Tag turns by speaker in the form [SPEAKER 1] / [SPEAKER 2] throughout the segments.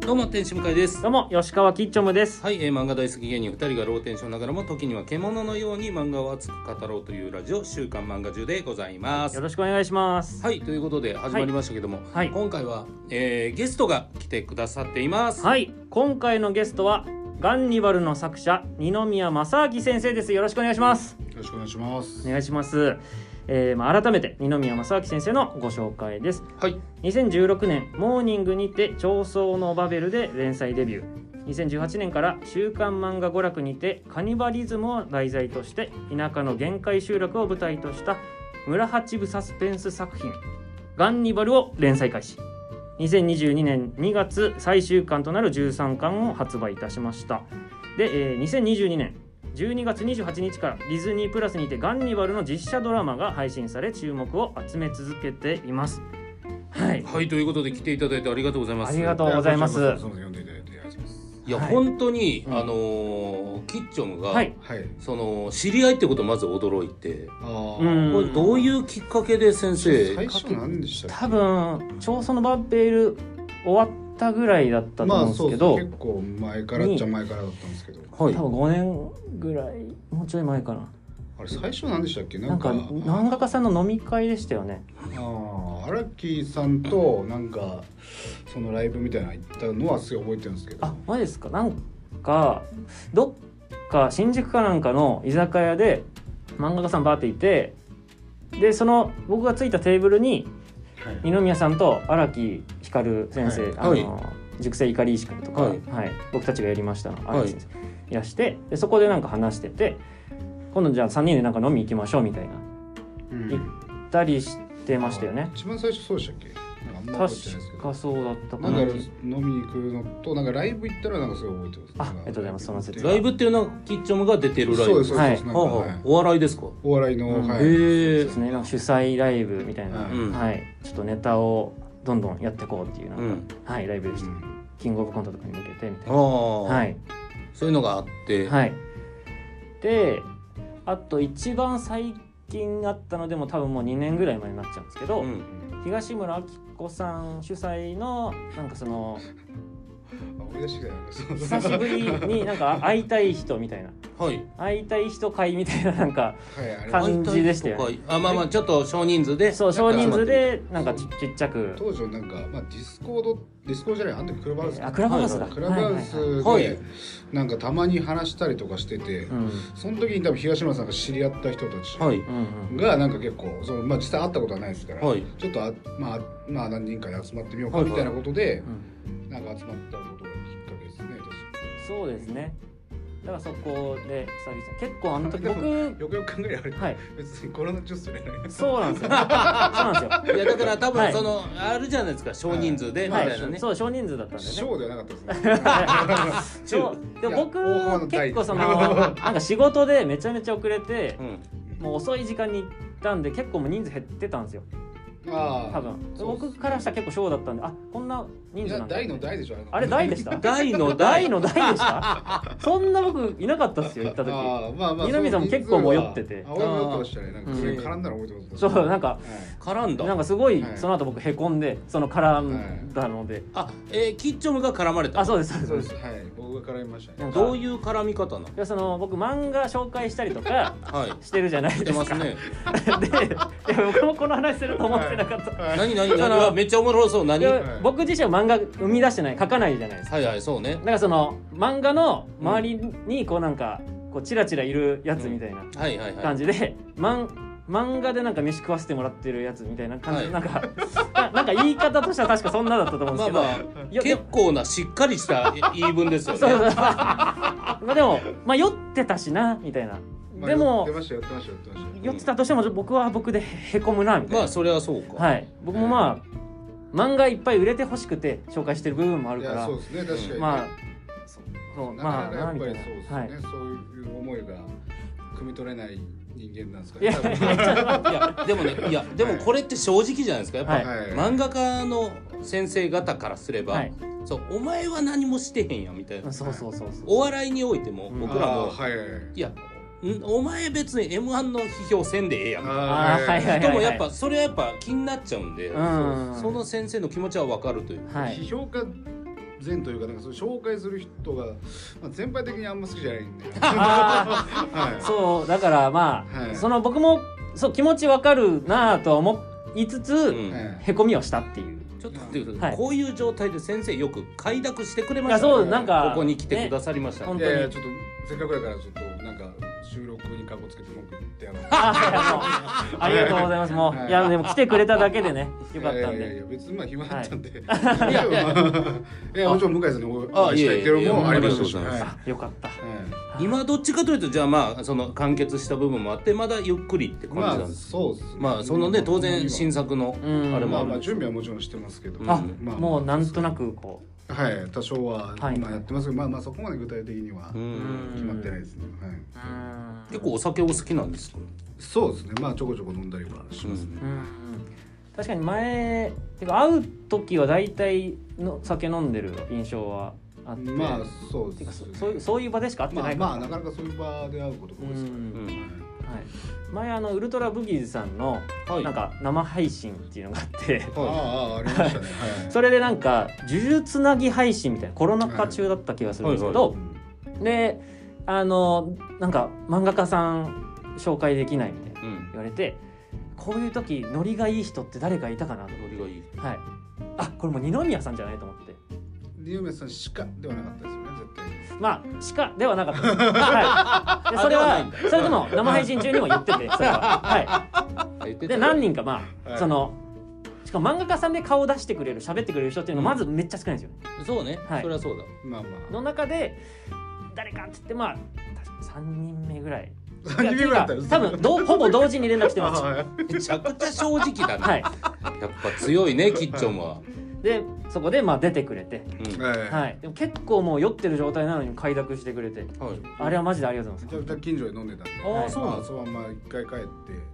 [SPEAKER 1] どうも天使向井です
[SPEAKER 2] どうも吉川きっちょむです
[SPEAKER 1] はい、えー、漫画大好き芸人2人がローテンションながらも時には獣のように漫画を熱く語ろうというラジオ「週刊漫画中」でございます
[SPEAKER 2] よ。ろしくお願いします
[SPEAKER 1] はいということで始まりましたけども、
[SPEAKER 2] はい
[SPEAKER 1] 今回は、えーゲストが来てくださっています。
[SPEAKER 2] はい今回のゲストはガンニバルの作者二宮正明先生ですよろしくお願いします
[SPEAKER 3] よろしくお願いします。
[SPEAKER 2] お願いしますえーまあ、改めて二宮正明先生のご紹介です
[SPEAKER 1] はい、
[SPEAKER 2] 2016年「モーニング」にて「長宗のバベル」で連載デビュー2018年から「週刊漫画娯楽」にてカニバリズムを題材として田舎の限界集落を舞台とした村八部サスペンス作品「ガンニバル」を連載開始2022年2月最終巻となる13巻を発売いたしましたで、えー2022年12月28日からディズニープラスにてガンニバルの実写ドラマが配信され注目を集め続けていますはい
[SPEAKER 1] はい、ということで来ていただいてありがとうございます。
[SPEAKER 2] ありがとうございます
[SPEAKER 3] あこちらこそ読んでいただいてありがとうございます。
[SPEAKER 1] いや、
[SPEAKER 2] はい
[SPEAKER 1] 本当に、
[SPEAKER 2] うん
[SPEAKER 1] あのーキッチョムが、
[SPEAKER 2] はい。
[SPEAKER 3] はい。
[SPEAKER 1] その知り合いってことをまず驚いて、
[SPEAKER 3] あ
[SPEAKER 2] うん
[SPEAKER 1] これどういうきっかけで先生
[SPEAKER 3] 最初何でしたっ
[SPEAKER 2] 多分調査のバッペル終わったぐらいだった
[SPEAKER 3] け？
[SPEAKER 2] と思
[SPEAKER 3] ま
[SPEAKER 2] うん
[SPEAKER 3] あ
[SPEAKER 2] です
[SPEAKER 3] そう
[SPEAKER 2] け
[SPEAKER 3] で
[SPEAKER 2] ど、
[SPEAKER 3] すね。結構前からっちゃ前からだったんですけど、
[SPEAKER 1] はい
[SPEAKER 2] 多分5年ぐらいもうちょい前かな。
[SPEAKER 3] あれ最初何でしたっけ？
[SPEAKER 2] な
[SPEAKER 3] なんん
[SPEAKER 2] か
[SPEAKER 3] か
[SPEAKER 2] 漫画家さんの飲み会でしたよね。
[SPEAKER 3] ああ荒木さんとなんかそのライブみたいなの行ったのはすごい覚えてるんですけど。
[SPEAKER 2] あマジですか。なんかどっか新宿かなんかの居酒屋で漫画家さんバーっていて、でその僕がついたテーブルに
[SPEAKER 3] はい
[SPEAKER 2] 二宮さんと荒木光先生、
[SPEAKER 1] はい
[SPEAKER 2] あの、熟成怒り石君とか、
[SPEAKER 1] は
[SPEAKER 2] はいい僕たちがやりましたの
[SPEAKER 1] はい
[SPEAKER 2] 荒木先生、い、らしてでそこでなんか話してて今度じゃあ3人でなんか飲み行きましょうみたいな
[SPEAKER 3] うん
[SPEAKER 2] 行ったりしてましたよね
[SPEAKER 3] 一番最初そうでしたっけ？なんかあんま覚えてないですけ
[SPEAKER 2] 確
[SPEAKER 3] ど。
[SPEAKER 2] かそうだった
[SPEAKER 3] な
[SPEAKER 2] か
[SPEAKER 3] んか
[SPEAKER 2] な
[SPEAKER 3] 飲みに行くのとなんかライブ行ったらなんかすごい覚えてま
[SPEAKER 2] あ
[SPEAKER 3] す。
[SPEAKER 2] ありがとうございますその説
[SPEAKER 1] ライブっていうのはキッチョムが出てるライブ
[SPEAKER 3] そうですそう
[SPEAKER 2] は
[SPEAKER 3] で
[SPEAKER 2] い
[SPEAKER 3] す。なん
[SPEAKER 1] は
[SPEAKER 3] か
[SPEAKER 1] あ
[SPEAKER 3] は
[SPEAKER 1] はいあ、お笑いですか、
[SPEAKER 3] お笑いの、
[SPEAKER 2] うん
[SPEAKER 3] は
[SPEAKER 1] へ
[SPEAKER 3] い。
[SPEAKER 1] ー
[SPEAKER 2] ですねなんか主催ライブみたいな、
[SPEAKER 3] はい
[SPEAKER 1] うん
[SPEAKER 2] はい、ちょっとネタをどんどんやっていこうっていうなんか、
[SPEAKER 1] うん
[SPEAKER 2] はい、ライブでし
[SPEAKER 3] う
[SPEAKER 2] た、
[SPEAKER 3] ん
[SPEAKER 2] キングオブコントとかに向けてみたい
[SPEAKER 1] あ
[SPEAKER 2] な、
[SPEAKER 1] あ、
[SPEAKER 2] はい、
[SPEAKER 1] そういうのがあって、
[SPEAKER 2] はい、であと一番最近あったのでも多分もう2年ぐらい前になっちゃうんですけど、
[SPEAKER 1] うん
[SPEAKER 2] 東村明子さん主催のなんかそ の
[SPEAKER 3] あ思い出してきたよそうそう
[SPEAKER 2] 久しぶりになんか会いたい人みたいな
[SPEAKER 1] はい、
[SPEAKER 2] 会いたい人会みたいななんか
[SPEAKER 3] はいあれ
[SPEAKER 2] か感じでしたよね
[SPEAKER 1] 会いたい人とかあまあまあちょっと少人数で
[SPEAKER 2] そう少人数でな
[SPEAKER 3] なんん
[SPEAKER 2] か
[SPEAKER 3] か
[SPEAKER 2] ちちっちゃく
[SPEAKER 3] 当時のなんか、まあ、ディスコードディスコードじゃないあの時クラブハウス
[SPEAKER 2] あクラブハウスだ、
[SPEAKER 3] はいクラブハ
[SPEAKER 2] は
[SPEAKER 3] ウ
[SPEAKER 2] いはい
[SPEAKER 3] スで、
[SPEAKER 1] はいはい
[SPEAKER 3] なんかたまに話したりとかしてて、
[SPEAKER 2] うん
[SPEAKER 3] その時に多分東村さんが知り合った人たち
[SPEAKER 1] はい
[SPEAKER 2] うんうん
[SPEAKER 3] がなんか結構その、まあ、実際会ったことはないですから、
[SPEAKER 1] はい
[SPEAKER 3] ちょっとあ、まあ、まあ何人かで集まってみようか
[SPEAKER 1] はいは
[SPEAKER 3] み
[SPEAKER 1] い
[SPEAKER 3] たいなことで、
[SPEAKER 2] うん
[SPEAKER 3] なんか集まったことがきっかけですね
[SPEAKER 2] そうですねだからそこで久々結構あ の時
[SPEAKER 3] でも
[SPEAKER 2] 僕
[SPEAKER 3] 私よくよく考えられ
[SPEAKER 2] はい
[SPEAKER 3] 別にコロナ中それない
[SPEAKER 2] そうなんです よ そうなんですよ
[SPEAKER 1] いやだから多
[SPEAKER 2] は
[SPEAKER 1] 分
[SPEAKER 2] い
[SPEAKER 1] その、あるじゃないですか少人数でみ
[SPEAKER 2] は
[SPEAKER 1] た
[SPEAKER 2] い
[SPEAKER 1] いなね、
[SPEAKER 2] そう少人数だったんだよ
[SPEAKER 3] シ
[SPEAKER 2] ね
[SPEAKER 3] ョーではなかっ たですね
[SPEAKER 2] そうで
[SPEAKER 3] いや
[SPEAKER 2] 僕
[SPEAKER 3] 大幅な
[SPEAKER 2] 結
[SPEAKER 3] 第一
[SPEAKER 2] 構そ のなんか仕事でめちゃめちゃ遅れて
[SPEAKER 1] うん
[SPEAKER 2] もう遅い時間に行ったんで結構もう人数減ってたんですよ
[SPEAKER 3] ああ
[SPEAKER 2] 多分で
[SPEAKER 3] そうっす
[SPEAKER 2] 僕からしたら結構ショーだったんであこんな人
[SPEAKER 3] い
[SPEAKER 2] 数
[SPEAKER 3] や
[SPEAKER 2] なんだ
[SPEAKER 3] 大の大でしょあれ
[SPEAKER 2] あれ大で した
[SPEAKER 1] 大の大
[SPEAKER 2] 大の大でしたそんな僕いなかったっすよ行った時
[SPEAKER 3] あーまあまあ
[SPEAKER 2] 二宮さんも結構もう酔ってて
[SPEAKER 3] あ俺も酔ってましたねなんかそれに絡んだの覚えてます
[SPEAKER 2] そうなん
[SPEAKER 3] か
[SPEAKER 2] か
[SPEAKER 1] 絡んだ
[SPEAKER 2] なんかすごい
[SPEAKER 3] はい
[SPEAKER 2] その後僕へこんでその絡んだので
[SPEAKER 1] あ、えー、キッチョムが絡まれた
[SPEAKER 2] あそうですそうです
[SPEAKER 3] そうですはい僕が絡みました
[SPEAKER 2] な
[SPEAKER 3] ね
[SPEAKER 2] んか
[SPEAKER 1] どういう絡み方なの
[SPEAKER 2] いやその僕漫画紹介したりとか
[SPEAKER 1] はい
[SPEAKER 2] してるじゃない
[SPEAKER 1] 知っ
[SPEAKER 2] で
[SPEAKER 1] て
[SPEAKER 2] す
[SPEAKER 1] ま
[SPEAKER 2] か
[SPEAKER 1] すね
[SPEAKER 2] でいや僕もこの話すると思ってなかった
[SPEAKER 3] はい
[SPEAKER 1] 何何
[SPEAKER 2] そ
[SPEAKER 1] 何
[SPEAKER 2] の
[SPEAKER 1] はめっちゃおもろそう何
[SPEAKER 2] いや
[SPEAKER 1] は
[SPEAKER 3] はい
[SPEAKER 2] 僕自身は漫画生み出してない書かないじゃないですか
[SPEAKER 1] いはいそうね
[SPEAKER 2] だからその漫画の周りにこうなんかこうチラチラいるやつみたいな
[SPEAKER 1] はいはいは
[SPEAKER 2] 感
[SPEAKER 1] い
[SPEAKER 2] じで、マン漫画でなんか飯食わせてもらってるやつみたいな感じ、
[SPEAKER 1] はい
[SPEAKER 2] なんか ななんか言い方としては確かそんなだったと思うん
[SPEAKER 1] ますあ
[SPEAKER 2] でけど、
[SPEAKER 1] ま
[SPEAKER 2] まあ
[SPEAKER 1] あ
[SPEAKER 2] よ
[SPEAKER 1] 結構なしっかりした言い分ですよね
[SPEAKER 2] そう そうそうまあでもまあ酔ってたしなみたいな、
[SPEAKER 3] まあ
[SPEAKER 2] でも
[SPEAKER 3] 酔ってましたよ酔ってましたよ酔ってまし
[SPEAKER 2] 酔ってたとしても僕は僕でへこむなみたいな
[SPEAKER 1] まあそれはそうか、
[SPEAKER 2] はい、僕もまあ漫画いっぱい売れてほしくて紹介してる部分もあ
[SPEAKER 3] た
[SPEAKER 2] る
[SPEAKER 3] い
[SPEAKER 2] か
[SPEAKER 3] や
[SPEAKER 2] ら
[SPEAKER 3] そうですね確かに
[SPEAKER 2] まあ
[SPEAKER 3] ね
[SPEAKER 2] そそう
[SPEAKER 3] なか
[SPEAKER 2] ま
[SPEAKER 3] な
[SPEAKER 2] あ
[SPEAKER 3] かや
[SPEAKER 2] な
[SPEAKER 3] っ
[SPEAKER 2] み
[SPEAKER 3] ぱ
[SPEAKER 2] たい
[SPEAKER 3] り
[SPEAKER 2] な
[SPEAKER 3] そうです
[SPEAKER 2] はい
[SPEAKER 3] ねそういう思いが汲み取れない人間なんですか
[SPEAKER 2] いや
[SPEAKER 3] ね
[SPEAKER 2] い
[SPEAKER 3] 多分
[SPEAKER 2] やちょっと待って
[SPEAKER 1] いやでもねいやでもこれって正直じゃないですかやっぱ、
[SPEAKER 2] はい
[SPEAKER 3] はい
[SPEAKER 1] 漫画家の先生方からすれば、
[SPEAKER 2] はい
[SPEAKER 1] そうお前は何もしてへんやみたいな、
[SPEAKER 2] そうそうそうそう
[SPEAKER 1] お笑いにおいても
[SPEAKER 2] うん
[SPEAKER 1] 僕らも、
[SPEAKER 3] あーはいはいはい
[SPEAKER 1] いやんお前別に m 1の批評せんでええやん
[SPEAKER 2] あーはいはい
[SPEAKER 1] 人もやっぱそれはやっぱ気になっちゃうんで、
[SPEAKER 2] うん
[SPEAKER 1] その先生の気持ちはわかるという
[SPEAKER 2] はい
[SPEAKER 3] 批評家善というかなんかその紹介する人が、まあ、全般的にあんま好きじゃないんで、
[SPEAKER 2] あ
[SPEAKER 3] はい、
[SPEAKER 2] そうだからまあ、
[SPEAKER 3] はい
[SPEAKER 2] その僕もそう気持ちわかるなぁとは思いつつ、
[SPEAKER 1] うん
[SPEAKER 3] はい
[SPEAKER 2] へこみをしたっていう。
[SPEAKER 1] ちょっと待ってください、
[SPEAKER 2] はい
[SPEAKER 1] こういう状態で先生よく快諾してくれま
[SPEAKER 2] い
[SPEAKER 1] し
[SPEAKER 2] や
[SPEAKER 1] たね
[SPEAKER 2] そうなんか
[SPEAKER 1] ここに来てくだ
[SPEAKER 2] さ
[SPEAKER 1] さりましたね
[SPEAKER 2] 本
[SPEAKER 3] い
[SPEAKER 2] 当に
[SPEAKER 3] やいやちょっとせっかくだからちょっとなんか収録にかこつけて文句言ってやろう
[SPEAKER 2] あいやもう ありがとうございます。もう、
[SPEAKER 3] はい
[SPEAKER 2] い、やでも来てくれただけでね、よかったん
[SPEAKER 3] いやいやい
[SPEAKER 2] で。
[SPEAKER 3] や別にまあ暇だったんで、 い、やいやいやもちろん向井さんにお
[SPEAKER 1] あ
[SPEAKER 3] 会いしたいっていうのもありましたし
[SPEAKER 1] いやいやいや
[SPEAKER 3] は
[SPEAKER 2] あよかった。
[SPEAKER 3] いはい
[SPEAKER 1] 今どっちかというとじゃあまあその完結した部分もあってまだゆっくりって感じ
[SPEAKER 3] ま
[SPEAKER 1] なんで
[SPEAKER 3] あ
[SPEAKER 1] す、
[SPEAKER 3] そうっすね
[SPEAKER 1] まあ、そのね当然新
[SPEAKER 3] 査
[SPEAKER 1] 作の
[SPEAKER 2] うん
[SPEAKER 1] あれも
[SPEAKER 3] ま
[SPEAKER 1] あ
[SPEAKER 3] あ
[SPEAKER 1] る
[SPEAKER 3] まあ準備はもちろんしてますけど、
[SPEAKER 1] うん
[SPEAKER 2] あ、
[SPEAKER 3] まあ
[SPEAKER 2] もうなんとなくこう。
[SPEAKER 3] はい多少は
[SPEAKER 2] はい
[SPEAKER 3] まあやってますけど、まあまあそこまで具体的には
[SPEAKER 1] うん
[SPEAKER 3] 決まってないですね、はい、
[SPEAKER 2] うん
[SPEAKER 1] 結構お酒お好きなんですか
[SPEAKER 3] そうですねまあちょこちょこ飲んだりはしますね、
[SPEAKER 2] うん確かに前てか会う時は大体の酒飲んでる印象はあって、
[SPEAKER 3] まあそう
[SPEAKER 2] て
[SPEAKER 3] で
[SPEAKER 2] か
[SPEAKER 3] す
[SPEAKER 2] そそう
[SPEAKER 3] ね
[SPEAKER 2] いうそういう場でしか会って
[SPEAKER 3] ま
[SPEAKER 2] な
[SPEAKER 3] あ
[SPEAKER 2] い
[SPEAKER 3] まあ
[SPEAKER 2] か
[SPEAKER 3] なかなかそういう場で会うことが
[SPEAKER 2] ら、
[SPEAKER 3] 多いですか
[SPEAKER 2] う
[SPEAKER 3] ら、
[SPEAKER 2] ん
[SPEAKER 1] う
[SPEAKER 2] は
[SPEAKER 1] ん
[SPEAKER 2] い、前あのウルトラブギーズさんの
[SPEAKER 1] はい
[SPEAKER 2] なんか生配信っていうのがあって、
[SPEAKER 3] はい、ああああありましたねはい
[SPEAKER 2] それでなんか呪術つなぎ配信みたいなコロナ禍中だった気がするんですけど、
[SPEAKER 1] は
[SPEAKER 3] うん
[SPEAKER 2] であのなんか漫画家さん紹介できないみたいな
[SPEAKER 1] うん
[SPEAKER 2] 言われてこういう時ノリがいい人って誰かいたかなと
[SPEAKER 1] ノリがいい
[SPEAKER 2] はいあこれもう二宮さんじゃないと思って
[SPEAKER 3] 二宮さんしかではなかったですよね絶対
[SPEAKER 2] まあしかではなかったです、はい、でそれ
[SPEAKER 1] ではないん
[SPEAKER 2] は
[SPEAKER 1] だ
[SPEAKER 2] それでも生配信中にも言っててそれはは
[SPEAKER 1] あ言っ
[SPEAKER 2] い
[SPEAKER 1] てた
[SPEAKER 2] で何人かまあ、
[SPEAKER 3] はい
[SPEAKER 2] そのしかも漫画家さんで顔出してくれる喋ってくれる人っていうのがまずめっちゃ少ないんですよ
[SPEAKER 1] そうね、
[SPEAKER 2] はい
[SPEAKER 1] それはそうだ
[SPEAKER 3] まあまあ
[SPEAKER 2] の中で誰かって言ってまあ確か三人目ぐらい
[SPEAKER 3] 3人目ぐらいだったんです
[SPEAKER 2] 多分どうほぼ同時に連絡して ます
[SPEAKER 3] はい
[SPEAKER 1] めちゃくちゃ正直だな、
[SPEAKER 2] はい
[SPEAKER 1] やっぱ強いねキッチョンは、
[SPEAKER 2] でそこでまあ出てくれて、
[SPEAKER 1] うんは
[SPEAKER 3] は い
[SPEAKER 2] はい、でも結構もう酔ってる状態なのに快諾してくれて
[SPEAKER 1] い
[SPEAKER 2] あれはマジでありがとうござい
[SPEAKER 3] め
[SPEAKER 2] ま
[SPEAKER 3] ち
[SPEAKER 2] す
[SPEAKER 3] ゃくちゃ近所で飲んでたんで
[SPEAKER 1] ああ、
[SPEAKER 2] はい
[SPEAKER 1] そうなん
[SPEAKER 3] まあ
[SPEAKER 1] です
[SPEAKER 3] そのまま一回帰って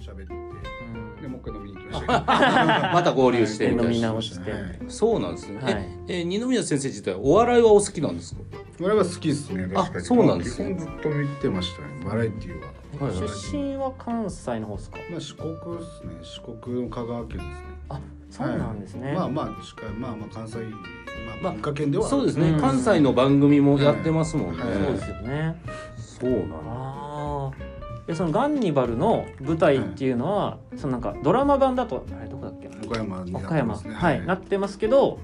[SPEAKER 3] 喋って
[SPEAKER 2] うん
[SPEAKER 3] でもう一回飲みに行きました
[SPEAKER 1] かまた合流してみた
[SPEAKER 2] 飲み
[SPEAKER 1] いな
[SPEAKER 2] 直して
[SPEAKER 3] はい
[SPEAKER 1] そうなんですね、
[SPEAKER 2] はい
[SPEAKER 1] ええ二宮先生自体お笑いはお好きなんですか
[SPEAKER 3] 俺は好きですね
[SPEAKER 1] あ
[SPEAKER 3] 確かに
[SPEAKER 1] そうなんですね
[SPEAKER 3] 基本ずっと見てましたねバラエティーは
[SPEAKER 1] はいはい
[SPEAKER 2] 出身は関西の方ですか
[SPEAKER 3] まあ四国ですね四国の香川県ですね
[SPEAKER 2] あそうなんですね、
[SPEAKER 3] まあまあ近いまあまあ関西
[SPEAKER 1] ま
[SPEAKER 3] ま
[SPEAKER 1] あ
[SPEAKER 3] あ文化圏ではある
[SPEAKER 1] そうですね、
[SPEAKER 2] うん
[SPEAKER 1] 関西の番組もやってますもんね、
[SPEAKER 3] はい
[SPEAKER 2] そうですよね
[SPEAKER 1] そうなの
[SPEAKER 2] ああでそのガンニバルの舞台っていうのは、そのなんかドラマ版だとあれどこだっけな
[SPEAKER 3] 岡山になって
[SPEAKER 2] 岡山、
[SPEAKER 3] ますね
[SPEAKER 2] はい、なってますけど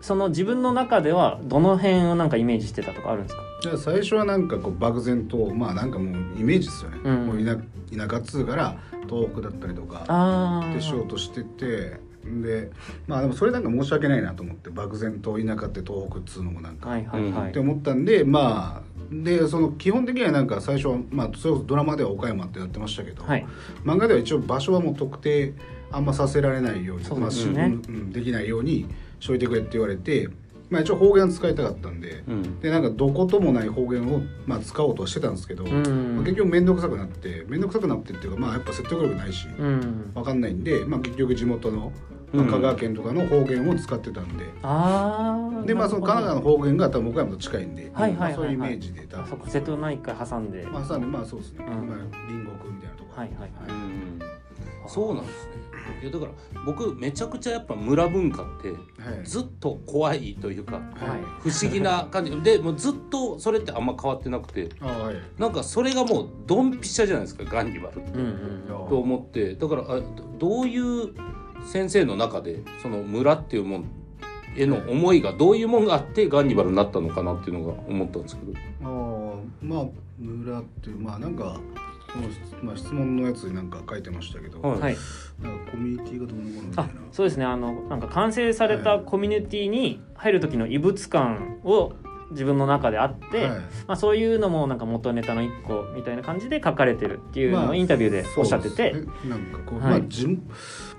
[SPEAKER 2] その自分の中ではどの辺をなんかイメージしてたとかあるんですか
[SPEAKER 3] じゃあ最初はなんかこう漠然とまあなんかもうイメージですよね、
[SPEAKER 2] うん
[SPEAKER 3] もう田田舎っつうから東北だったりとか
[SPEAKER 2] ああ
[SPEAKER 3] でしようとしててでまあでもそれなんか申し訳ないなと思って漠然と田舎って東北っつうのもなんか、
[SPEAKER 2] はいはいはい、
[SPEAKER 3] って思ったんでまあでその基本的にはなんか最初は、まあ、それこそドラマでは岡山ってやってましたけど、
[SPEAKER 2] はい
[SPEAKER 3] 漫画では一応場所はもう特定あんまさせられないように
[SPEAKER 2] そう
[SPEAKER 3] ま
[SPEAKER 2] で
[SPEAKER 3] あ
[SPEAKER 2] す
[SPEAKER 3] し
[SPEAKER 2] ね
[SPEAKER 3] うんできないようにしといてくれって言われて、まあ、一応方言使いたかったんで。
[SPEAKER 1] うん
[SPEAKER 3] でなんかどこともない方言を、まあ、使おうとはしてたんですけど、
[SPEAKER 2] うん
[SPEAKER 3] まあ結局面倒くさくなって面倒くさくなってっていうかまあやっぱ説得力ないし、
[SPEAKER 2] うん
[SPEAKER 3] わかんないんで、まあ、結局地元の、まあ
[SPEAKER 1] うん
[SPEAKER 3] 香川県とかの方言を使ってたんで、
[SPEAKER 2] ああ
[SPEAKER 3] でまあその神奈川の方言が多分岡山と近いんで、
[SPEAKER 2] はいはいはいはい
[SPEAKER 3] まあそういうイメージで多
[SPEAKER 2] あそっ
[SPEAKER 3] 分
[SPEAKER 2] か瀬戸内海挟んで、
[SPEAKER 3] まあさにまあそうですね、
[SPEAKER 2] うん
[SPEAKER 3] まあ隣国みたいなところ
[SPEAKER 2] はいはいはい
[SPEAKER 1] うんそうなんですねいやだから僕めちゃくちゃやっぱ村文化って
[SPEAKER 3] はい
[SPEAKER 1] ずっと怖いというか
[SPEAKER 2] はい
[SPEAKER 1] 不思議な感じでもうずっとそれってあんま変わってなくて
[SPEAKER 3] あはい
[SPEAKER 1] なんかそれがもうドンピシャじゃないですかガンニバルって
[SPEAKER 2] うんうん
[SPEAKER 1] と思ってだからあどういう先生の中でその村っていうもんへの思いがどういうもんがあってガンニバルになったのかなっていうのが思ったんですけど
[SPEAKER 3] あーまあ村っていうまあなんかこの質,、まあ、質問のやつになんか書いてましたけど、
[SPEAKER 1] はい
[SPEAKER 2] はい
[SPEAKER 3] なんかコミュニティがどうのこうのみたい
[SPEAKER 2] あ
[SPEAKER 3] な
[SPEAKER 2] そうですねあのなんか完成されたコミュニティに入る時の異物感を自分の中であって、
[SPEAKER 3] はい
[SPEAKER 2] まあ、そういうのもなんか元ネタの一個みたいな感じで書かれてるっていうのをインタビューでおっしゃってて、
[SPEAKER 3] そうですねなんかこう、
[SPEAKER 2] はい
[SPEAKER 3] まあじん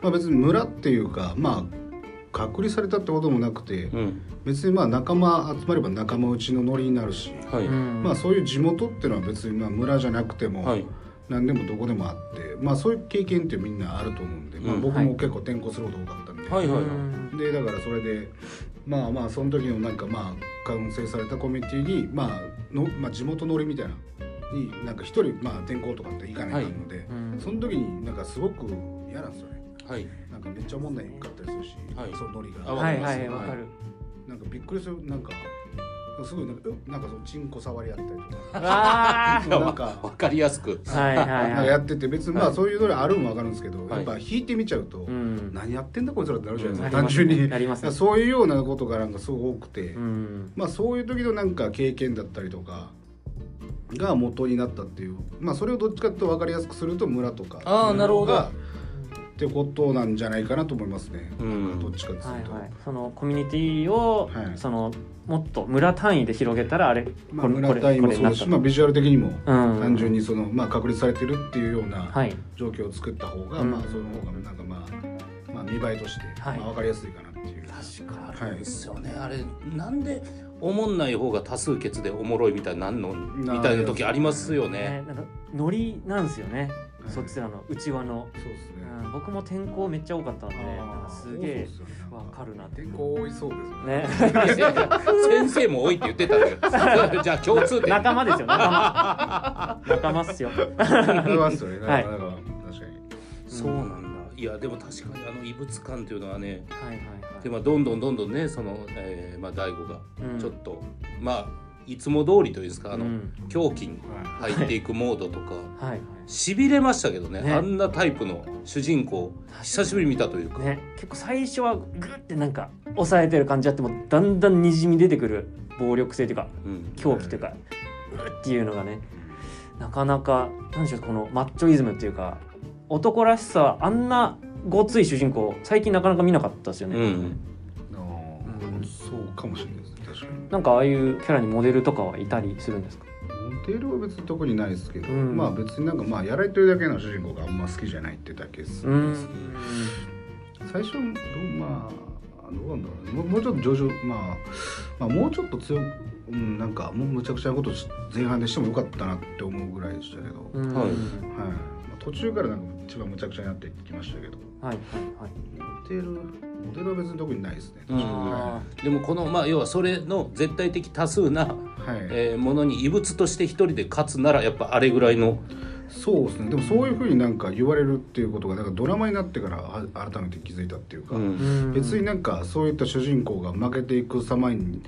[SPEAKER 3] まあ別に村っていうかまあ隔離されたってこともなくて
[SPEAKER 1] うん
[SPEAKER 3] 別にまあ仲間集まれば仲間内のノリになるし、
[SPEAKER 1] はい、
[SPEAKER 2] うん
[SPEAKER 3] まあそういう地元っていうのは別にまあ村じゃなくても、
[SPEAKER 1] はい
[SPEAKER 3] 何でもどこでもあってまあそういう経験ってみんなあると思うんで、まあ、
[SPEAKER 1] うん
[SPEAKER 3] 僕
[SPEAKER 2] はい
[SPEAKER 3] も結構転校すること多かったんで、
[SPEAKER 1] はいはいはい
[SPEAKER 2] うん
[SPEAKER 3] でだからそれでまあまあその時のなんかまあ完成されたコミュニティにまあの、まあ、地元ノリみたいなになんか一人まあ転校とかって行かないと思うので、
[SPEAKER 2] うん
[SPEAKER 3] その時になんかすごく嫌なんですよね
[SPEAKER 1] はい
[SPEAKER 3] なんかめっちゃおもんないかったりするし、
[SPEAKER 1] はい
[SPEAKER 3] そのノリが、
[SPEAKER 1] あわ
[SPEAKER 2] は
[SPEAKER 1] か
[SPEAKER 2] い
[SPEAKER 1] りま
[SPEAKER 2] は
[SPEAKER 1] す
[SPEAKER 2] いわかる、
[SPEAKER 3] なんかびっくりするなんかすごいなんかうなんかそのチンコ触り合った りとか
[SPEAKER 2] あ
[SPEAKER 1] や
[SPEAKER 3] なんか
[SPEAKER 1] わかりやすく
[SPEAKER 2] あはいはい
[SPEAKER 3] なんか
[SPEAKER 2] はい
[SPEAKER 3] やってて別にま
[SPEAKER 1] は
[SPEAKER 3] あ
[SPEAKER 1] い
[SPEAKER 3] そういうのがあるんはわかるんですけ
[SPEAKER 1] は
[SPEAKER 3] ど、
[SPEAKER 1] い
[SPEAKER 3] やっぱ引いてみちゃうと、
[SPEAKER 2] うん
[SPEAKER 3] 何やってんだこいつらってなるじゃないですか、
[SPEAKER 2] うん
[SPEAKER 3] 単純
[SPEAKER 2] なりま
[SPEAKER 3] に、
[SPEAKER 2] すねなりますね
[SPEAKER 3] そういうようなことがなんかすごく多くて、
[SPEAKER 2] うん
[SPEAKER 3] まあそういう時のなんか経験だったりとかが元になったっていうまあそれをどっちかっていうと分かりやすくすると村とか
[SPEAKER 1] ああなるほど
[SPEAKER 3] がってことなんじゃないかなと思いますね、
[SPEAKER 1] うん
[SPEAKER 3] どっちかって
[SPEAKER 2] はいいう
[SPEAKER 3] と、
[SPEAKER 2] はい、そのコミュニティを、
[SPEAKER 3] はい
[SPEAKER 2] そのもっと村単位で広げたらあれ、
[SPEAKER 3] まあ、村単位もそうだし、まあ、ビジュアル的にも
[SPEAKER 2] うん
[SPEAKER 3] 単純にその、まあ、確立されてるっていうような
[SPEAKER 2] はい
[SPEAKER 3] 状況を作った方が、
[SPEAKER 2] うん
[SPEAKER 3] まあその方がなんかまあ、まあ、見栄えとして、
[SPEAKER 2] はい
[SPEAKER 3] まあ、分かりやすいかなっていう。
[SPEAKER 1] 確かにあるんですよね、あれなんでおもんない方が多数決でおもろいみたいになんの
[SPEAKER 3] な
[SPEAKER 1] みたいな時ありますよね
[SPEAKER 2] ね、なんかノリなんですよね、
[SPEAKER 3] はい
[SPEAKER 2] そっちらの内輪の、
[SPEAKER 3] そうですね
[SPEAKER 2] う。ん、僕も転校めっちゃ多かったんでなん
[SPEAKER 3] あ
[SPEAKER 2] か
[SPEAKER 3] ー
[SPEAKER 2] すげえ
[SPEAKER 3] そうっすよね
[SPEAKER 2] わかるなって
[SPEAKER 3] 天候多いそうですよね。
[SPEAKER 2] ね
[SPEAKER 1] 先生も多いって言ってたんだ よじゃあ共通点
[SPEAKER 2] 仲間ですよ仲間仲間っすよ
[SPEAKER 3] ありますよね。
[SPEAKER 2] は
[SPEAKER 3] ないかなか確かに。
[SPEAKER 1] そうなんだいやでも確かにあの異物感というのはね
[SPEAKER 2] はいはいはい
[SPEAKER 1] でまあどんどんどんどんねその、えーまあ、大悟が
[SPEAKER 2] うん
[SPEAKER 1] ちょっと、まあいつも通りというんですかあの、
[SPEAKER 2] うん
[SPEAKER 1] 胸筋
[SPEAKER 3] は
[SPEAKER 1] 入っていくモードとか、
[SPEAKER 2] はいはい
[SPEAKER 1] しびれましたけどね
[SPEAKER 2] ね
[SPEAKER 1] あんなタイプの主人公久しぶりに見たというか、
[SPEAKER 2] ね、結構最初はグッてなんか抑えてる感じあってもだんだんにじみ出てくる暴力性というか
[SPEAKER 1] うん、
[SPEAKER 2] 狂気というか、うーっていうのがねなかなか何でしょうこのマッチョイズムっていうか男らしさあんなごつい主人公最近なかなか見なかったですよね、
[SPEAKER 1] うん
[SPEAKER 3] い。あー
[SPEAKER 2] うん
[SPEAKER 3] そうかもしれないですね。確かに。
[SPEAKER 2] なんかああいうキャラにモデルとかはいたりするんですか
[SPEAKER 3] モデルは別に特にないですけど、
[SPEAKER 2] うん
[SPEAKER 3] まあ別になんかまあやられてるだけの主人公があんま好きじゃないってだけです。
[SPEAKER 2] うーん
[SPEAKER 3] 最初どうまあどうなんだろうねもうもうちょっと上々まあまあもうちょっと強く、うん、なんかもうむちゃくちゃなことし前半でしてもよかったなって思うぐらいでしたけど、
[SPEAKER 2] う
[SPEAKER 3] はい
[SPEAKER 2] ん
[SPEAKER 1] はい
[SPEAKER 3] まあ、途中からなんか一番むちゃくちゃになってきましたけどモ
[SPEAKER 2] はいはいはい
[SPEAKER 3] デルモデルは別に特にないですね。
[SPEAKER 1] うん
[SPEAKER 2] あ
[SPEAKER 1] でもこのまあ要はそれの絶対的多数な、
[SPEAKER 3] はい、
[SPEAKER 1] えーものに異物として一人で勝つならやっぱあれぐらいの
[SPEAKER 3] そうですねでもそういうふうになんか言われるっていうことがなんかドラマになってからは改めて気づいたっていうか、
[SPEAKER 2] ーうん
[SPEAKER 3] 別になんかそういった主人公が負けていく様に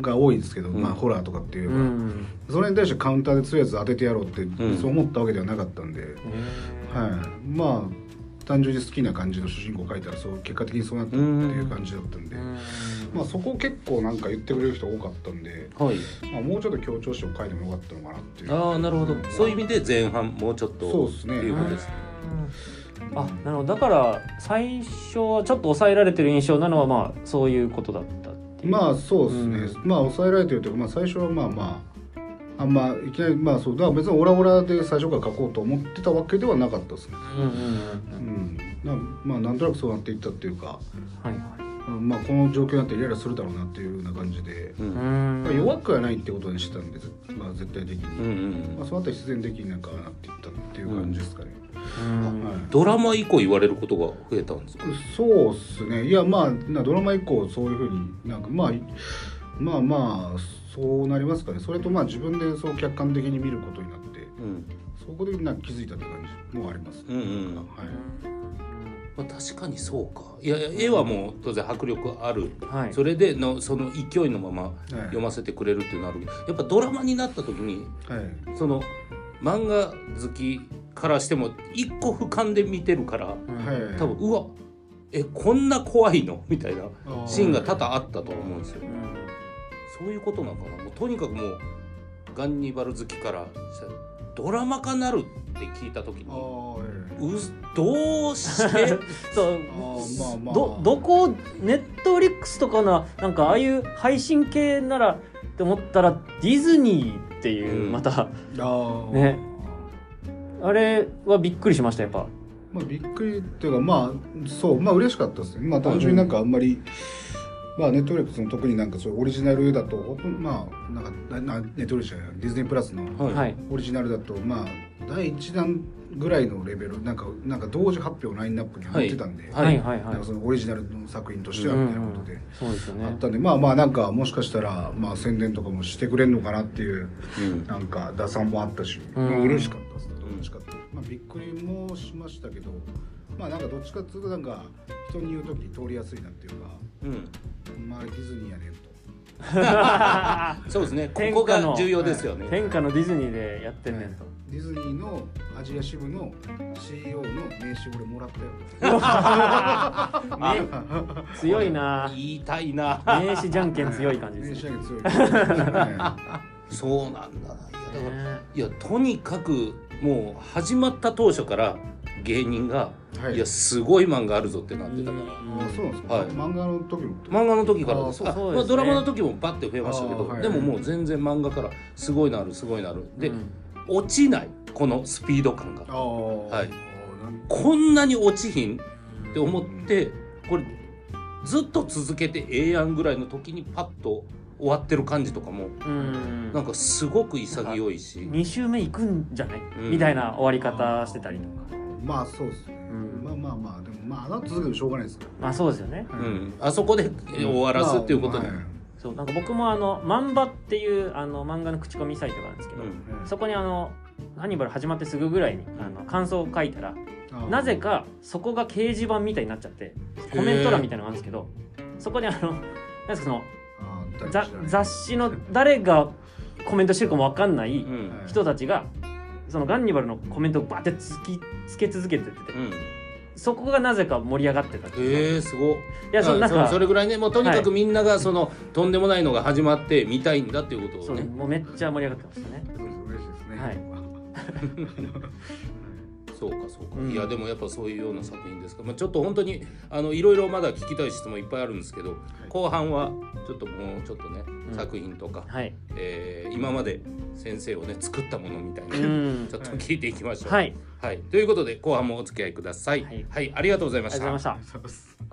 [SPEAKER 3] が多いですけど、
[SPEAKER 1] うん
[SPEAKER 3] まあホラーとかっていう
[SPEAKER 2] う
[SPEAKER 3] か、
[SPEAKER 2] ん
[SPEAKER 3] それに対してカウンターで強いやつ当ててやろうって、
[SPEAKER 1] ん
[SPEAKER 3] そう思ったわけではなかったんで、はい
[SPEAKER 2] い、
[SPEAKER 3] まあ単純に好きな感じの主人公を書いたらそう結果的にそうなったっていう感じだったんで、まあ、そこ結構なんか言ってくれる人多かったんで、
[SPEAKER 1] はい
[SPEAKER 3] まあ、もうちょっと強調しても書いてもよかったのかなっていう
[SPEAKER 1] ああなるほどそういう意味で前半もうちょっと
[SPEAKER 3] そうですね
[SPEAKER 1] っていうことです
[SPEAKER 2] あなるほどだから最初はちょっと抑えられてる印象なのはまあそういうことだったっていう
[SPEAKER 3] まあそうですね、
[SPEAKER 2] う
[SPEAKER 3] まあ抑えられてるというか、まあ、最初はまあまああんまいきなりまあそうだから別にオラオラで最初から書こうと思ってたわけではなかったですね、
[SPEAKER 2] うんうんうん
[SPEAKER 3] うん、なまあなんとなくそうなっていったっていうか、
[SPEAKER 2] はいはい
[SPEAKER 3] うんまあこの状況になってイライラするだろうなっていうような感じで、
[SPEAKER 1] う
[SPEAKER 2] うんん
[SPEAKER 3] まあ弱くはないってことにしてたんで、ずまあ、絶対的
[SPEAKER 1] うんう
[SPEAKER 3] に、まあ、
[SPEAKER 1] ん
[SPEAKER 3] そうなったら必然的になんかなっていったっていう感じですかね、
[SPEAKER 2] うん
[SPEAKER 3] はい
[SPEAKER 1] ドラマ以降言われることが増えたんですか
[SPEAKER 3] そうっすねいやまあなドラマ以降そういうふうになんかまあいまあまあそうなりますかねそれとまあ自分でそう客観的に見ることになって
[SPEAKER 1] うん
[SPEAKER 3] そこでなんか気づいたって感じもあります、
[SPEAKER 1] うんうん
[SPEAKER 3] はい、
[SPEAKER 1] まあ、確かにそうかいやいや絵はもう当然迫力ある
[SPEAKER 2] はい
[SPEAKER 1] それでのその勢いのまま
[SPEAKER 3] はい
[SPEAKER 1] 読ませてくれるっていうのはあるけどやっぱドラマになった時に
[SPEAKER 3] はい
[SPEAKER 1] その漫画好きからしても一個俯瞰で見てるから
[SPEAKER 2] うん
[SPEAKER 3] はい
[SPEAKER 1] 多分うわえこんな怖いの みたいな
[SPEAKER 3] あー
[SPEAKER 1] シーンが多々あったと思うんですよ
[SPEAKER 2] う。ん
[SPEAKER 1] そういうことなのかなもうとにかくもうガンニバル好きからしたらドラマ化なるって聞いた時に
[SPEAKER 3] あーえ
[SPEAKER 1] うどうして
[SPEAKER 2] そう
[SPEAKER 3] ーまあまあ
[SPEAKER 2] どどこネットフリックスとかななんかああいう配信系ならって思ったらディズニーっていう、
[SPEAKER 1] うん
[SPEAKER 2] また
[SPEAKER 3] えあー
[SPEAKER 2] ねあれはびっくりしましたやっぱ
[SPEAKER 3] まあびっくりっていうかまあそうまあ嬉しかったですねまあ単純になんかあんまり、まあネットフリックスの特になんかそういうオリジナルだとほとんどまあなんかななネットフリックスじゃないディズニープラスの
[SPEAKER 1] はい
[SPEAKER 2] はい
[SPEAKER 3] オリジナルだとまあ第1弾ぐらいのレベルなんかなんか同時発表ラインナップに入ってたんで、
[SPEAKER 1] はい
[SPEAKER 2] はいはいは
[SPEAKER 3] ないんかそのオリジナルの作品としてはみたいなことで、
[SPEAKER 2] そうですよ
[SPEAKER 3] あ
[SPEAKER 2] ね
[SPEAKER 3] ったんでまあまあなんかもしかしたらまあ宣伝とかもしてくれるのかなっていう
[SPEAKER 1] うん
[SPEAKER 3] なんか打算もあったし、
[SPEAKER 2] うん
[SPEAKER 3] まあ嬉しかったですねどっちかっていうとまあ、びっくりもしましたけどまあなんかどっちかっていうとなんか人に言う時通りやすいなっていうか
[SPEAKER 1] うん、
[SPEAKER 3] まあディズニーやねんと
[SPEAKER 1] そうですねこ
[SPEAKER 2] 天
[SPEAKER 1] こ
[SPEAKER 2] 下
[SPEAKER 1] が
[SPEAKER 2] の
[SPEAKER 1] 重要ですよね、
[SPEAKER 2] 天下のディズニーでやってんねんと、
[SPEAKER 3] ディズニーのアジア支部の CEO の名刺俺もらったよ
[SPEAKER 2] ね強いな
[SPEAKER 1] 言いたいな
[SPEAKER 2] 名刺じゃんけん強い感じで
[SPEAKER 3] 名
[SPEAKER 2] す
[SPEAKER 3] 刺
[SPEAKER 2] ね
[SPEAKER 3] 上げ強いね
[SPEAKER 1] そうなんだないやだから
[SPEAKER 2] ね
[SPEAKER 1] いやとにかくもう始まった当初から芸人が、、
[SPEAKER 3] はいい
[SPEAKER 1] やすごい漫画あるぞってなってたから、
[SPEAKER 3] あそうなんですか、
[SPEAKER 1] はい
[SPEAKER 3] 漫画の時も
[SPEAKER 1] 漫画の時からです
[SPEAKER 2] あ
[SPEAKER 1] あ
[SPEAKER 2] ーそうそうですね
[SPEAKER 1] まあ、ドラマの時もバッて増えましたけど、
[SPEAKER 3] あーはい
[SPEAKER 1] でももう全然漫画からすごいなるすごいなるで、
[SPEAKER 2] うん
[SPEAKER 1] 落ちないこのスピード感が
[SPEAKER 3] ああ
[SPEAKER 1] はい
[SPEAKER 3] なん
[SPEAKER 1] こんなに落ちひんって思ってこれずっと続けてええやんぐらいの時にパッと終わってる感じとかも
[SPEAKER 2] うん
[SPEAKER 1] なんかすごく潔いし、
[SPEAKER 2] 2周目行くんじゃない、
[SPEAKER 1] うん
[SPEAKER 2] みたいな終わり方してたりとか
[SPEAKER 3] まあそうですね、
[SPEAKER 2] うん
[SPEAKER 3] まあまあまあでもまああなた続けてしょうがないですか
[SPEAKER 2] まあそうですよね
[SPEAKER 1] う
[SPEAKER 3] ら、
[SPEAKER 1] ん、あそこでえ終わらすっていうことで、
[SPEAKER 3] まあはい
[SPEAKER 2] そうなんか僕もあの「マンバ」っていうあの漫画の口コミサイトがあるんですけど、
[SPEAKER 1] うん
[SPEAKER 2] そこにあの「ハニバル」始まってすぐぐらいにあの感想を書いたらなぜかそこが掲示板みたいになっちゃってコメント欄みたいなのがあるんですけどそこにあのなんですかその
[SPEAKER 3] あー誰か
[SPEAKER 2] ざ
[SPEAKER 3] 知らない
[SPEAKER 2] 雑誌の誰がコメントしてるかも分かんない
[SPEAKER 1] うん
[SPEAKER 3] はい
[SPEAKER 2] 人たちがそのガンニバルのコメントをバーってつきつけ続けてて
[SPEAKER 1] うん、
[SPEAKER 2] そこがなぜか盛り上がってたってい
[SPEAKER 1] え
[SPEAKER 2] うか
[SPEAKER 1] ー、すごっ
[SPEAKER 2] いやその
[SPEAKER 1] あ
[SPEAKER 2] なん
[SPEAKER 1] そ
[SPEAKER 2] か
[SPEAKER 1] うそれぐらいねもうとにかく
[SPEAKER 2] は
[SPEAKER 1] みんながその、とんでもないのが始まって見たいんだっていうこと
[SPEAKER 2] そ
[SPEAKER 1] を
[SPEAKER 2] う
[SPEAKER 1] ね
[SPEAKER 2] もうめっちゃ盛り上がってましたね。
[SPEAKER 3] そうです嬉しいですね
[SPEAKER 2] はい
[SPEAKER 1] そうかそうか、
[SPEAKER 2] うん
[SPEAKER 1] いやでもやっぱそういうような作品ですか、まあ、ちょっと本当にあのいろいろまだ聞きたい質問いっぱいあるんですけど、後半はちょっともうちょっとね、
[SPEAKER 2] ん
[SPEAKER 1] 作品とか、
[SPEAKER 2] はい。
[SPEAKER 1] えー今まで先生をね作ったものみたいな、
[SPEAKER 2] うん
[SPEAKER 1] ち。ょっと聞いていきましょう。
[SPEAKER 2] はい。
[SPEAKER 1] はい、ということで後半もお付き合いください。
[SPEAKER 2] はい
[SPEAKER 1] はい、ありがとうございま
[SPEAKER 2] 哎ありがとうございました。
[SPEAKER 3] そうです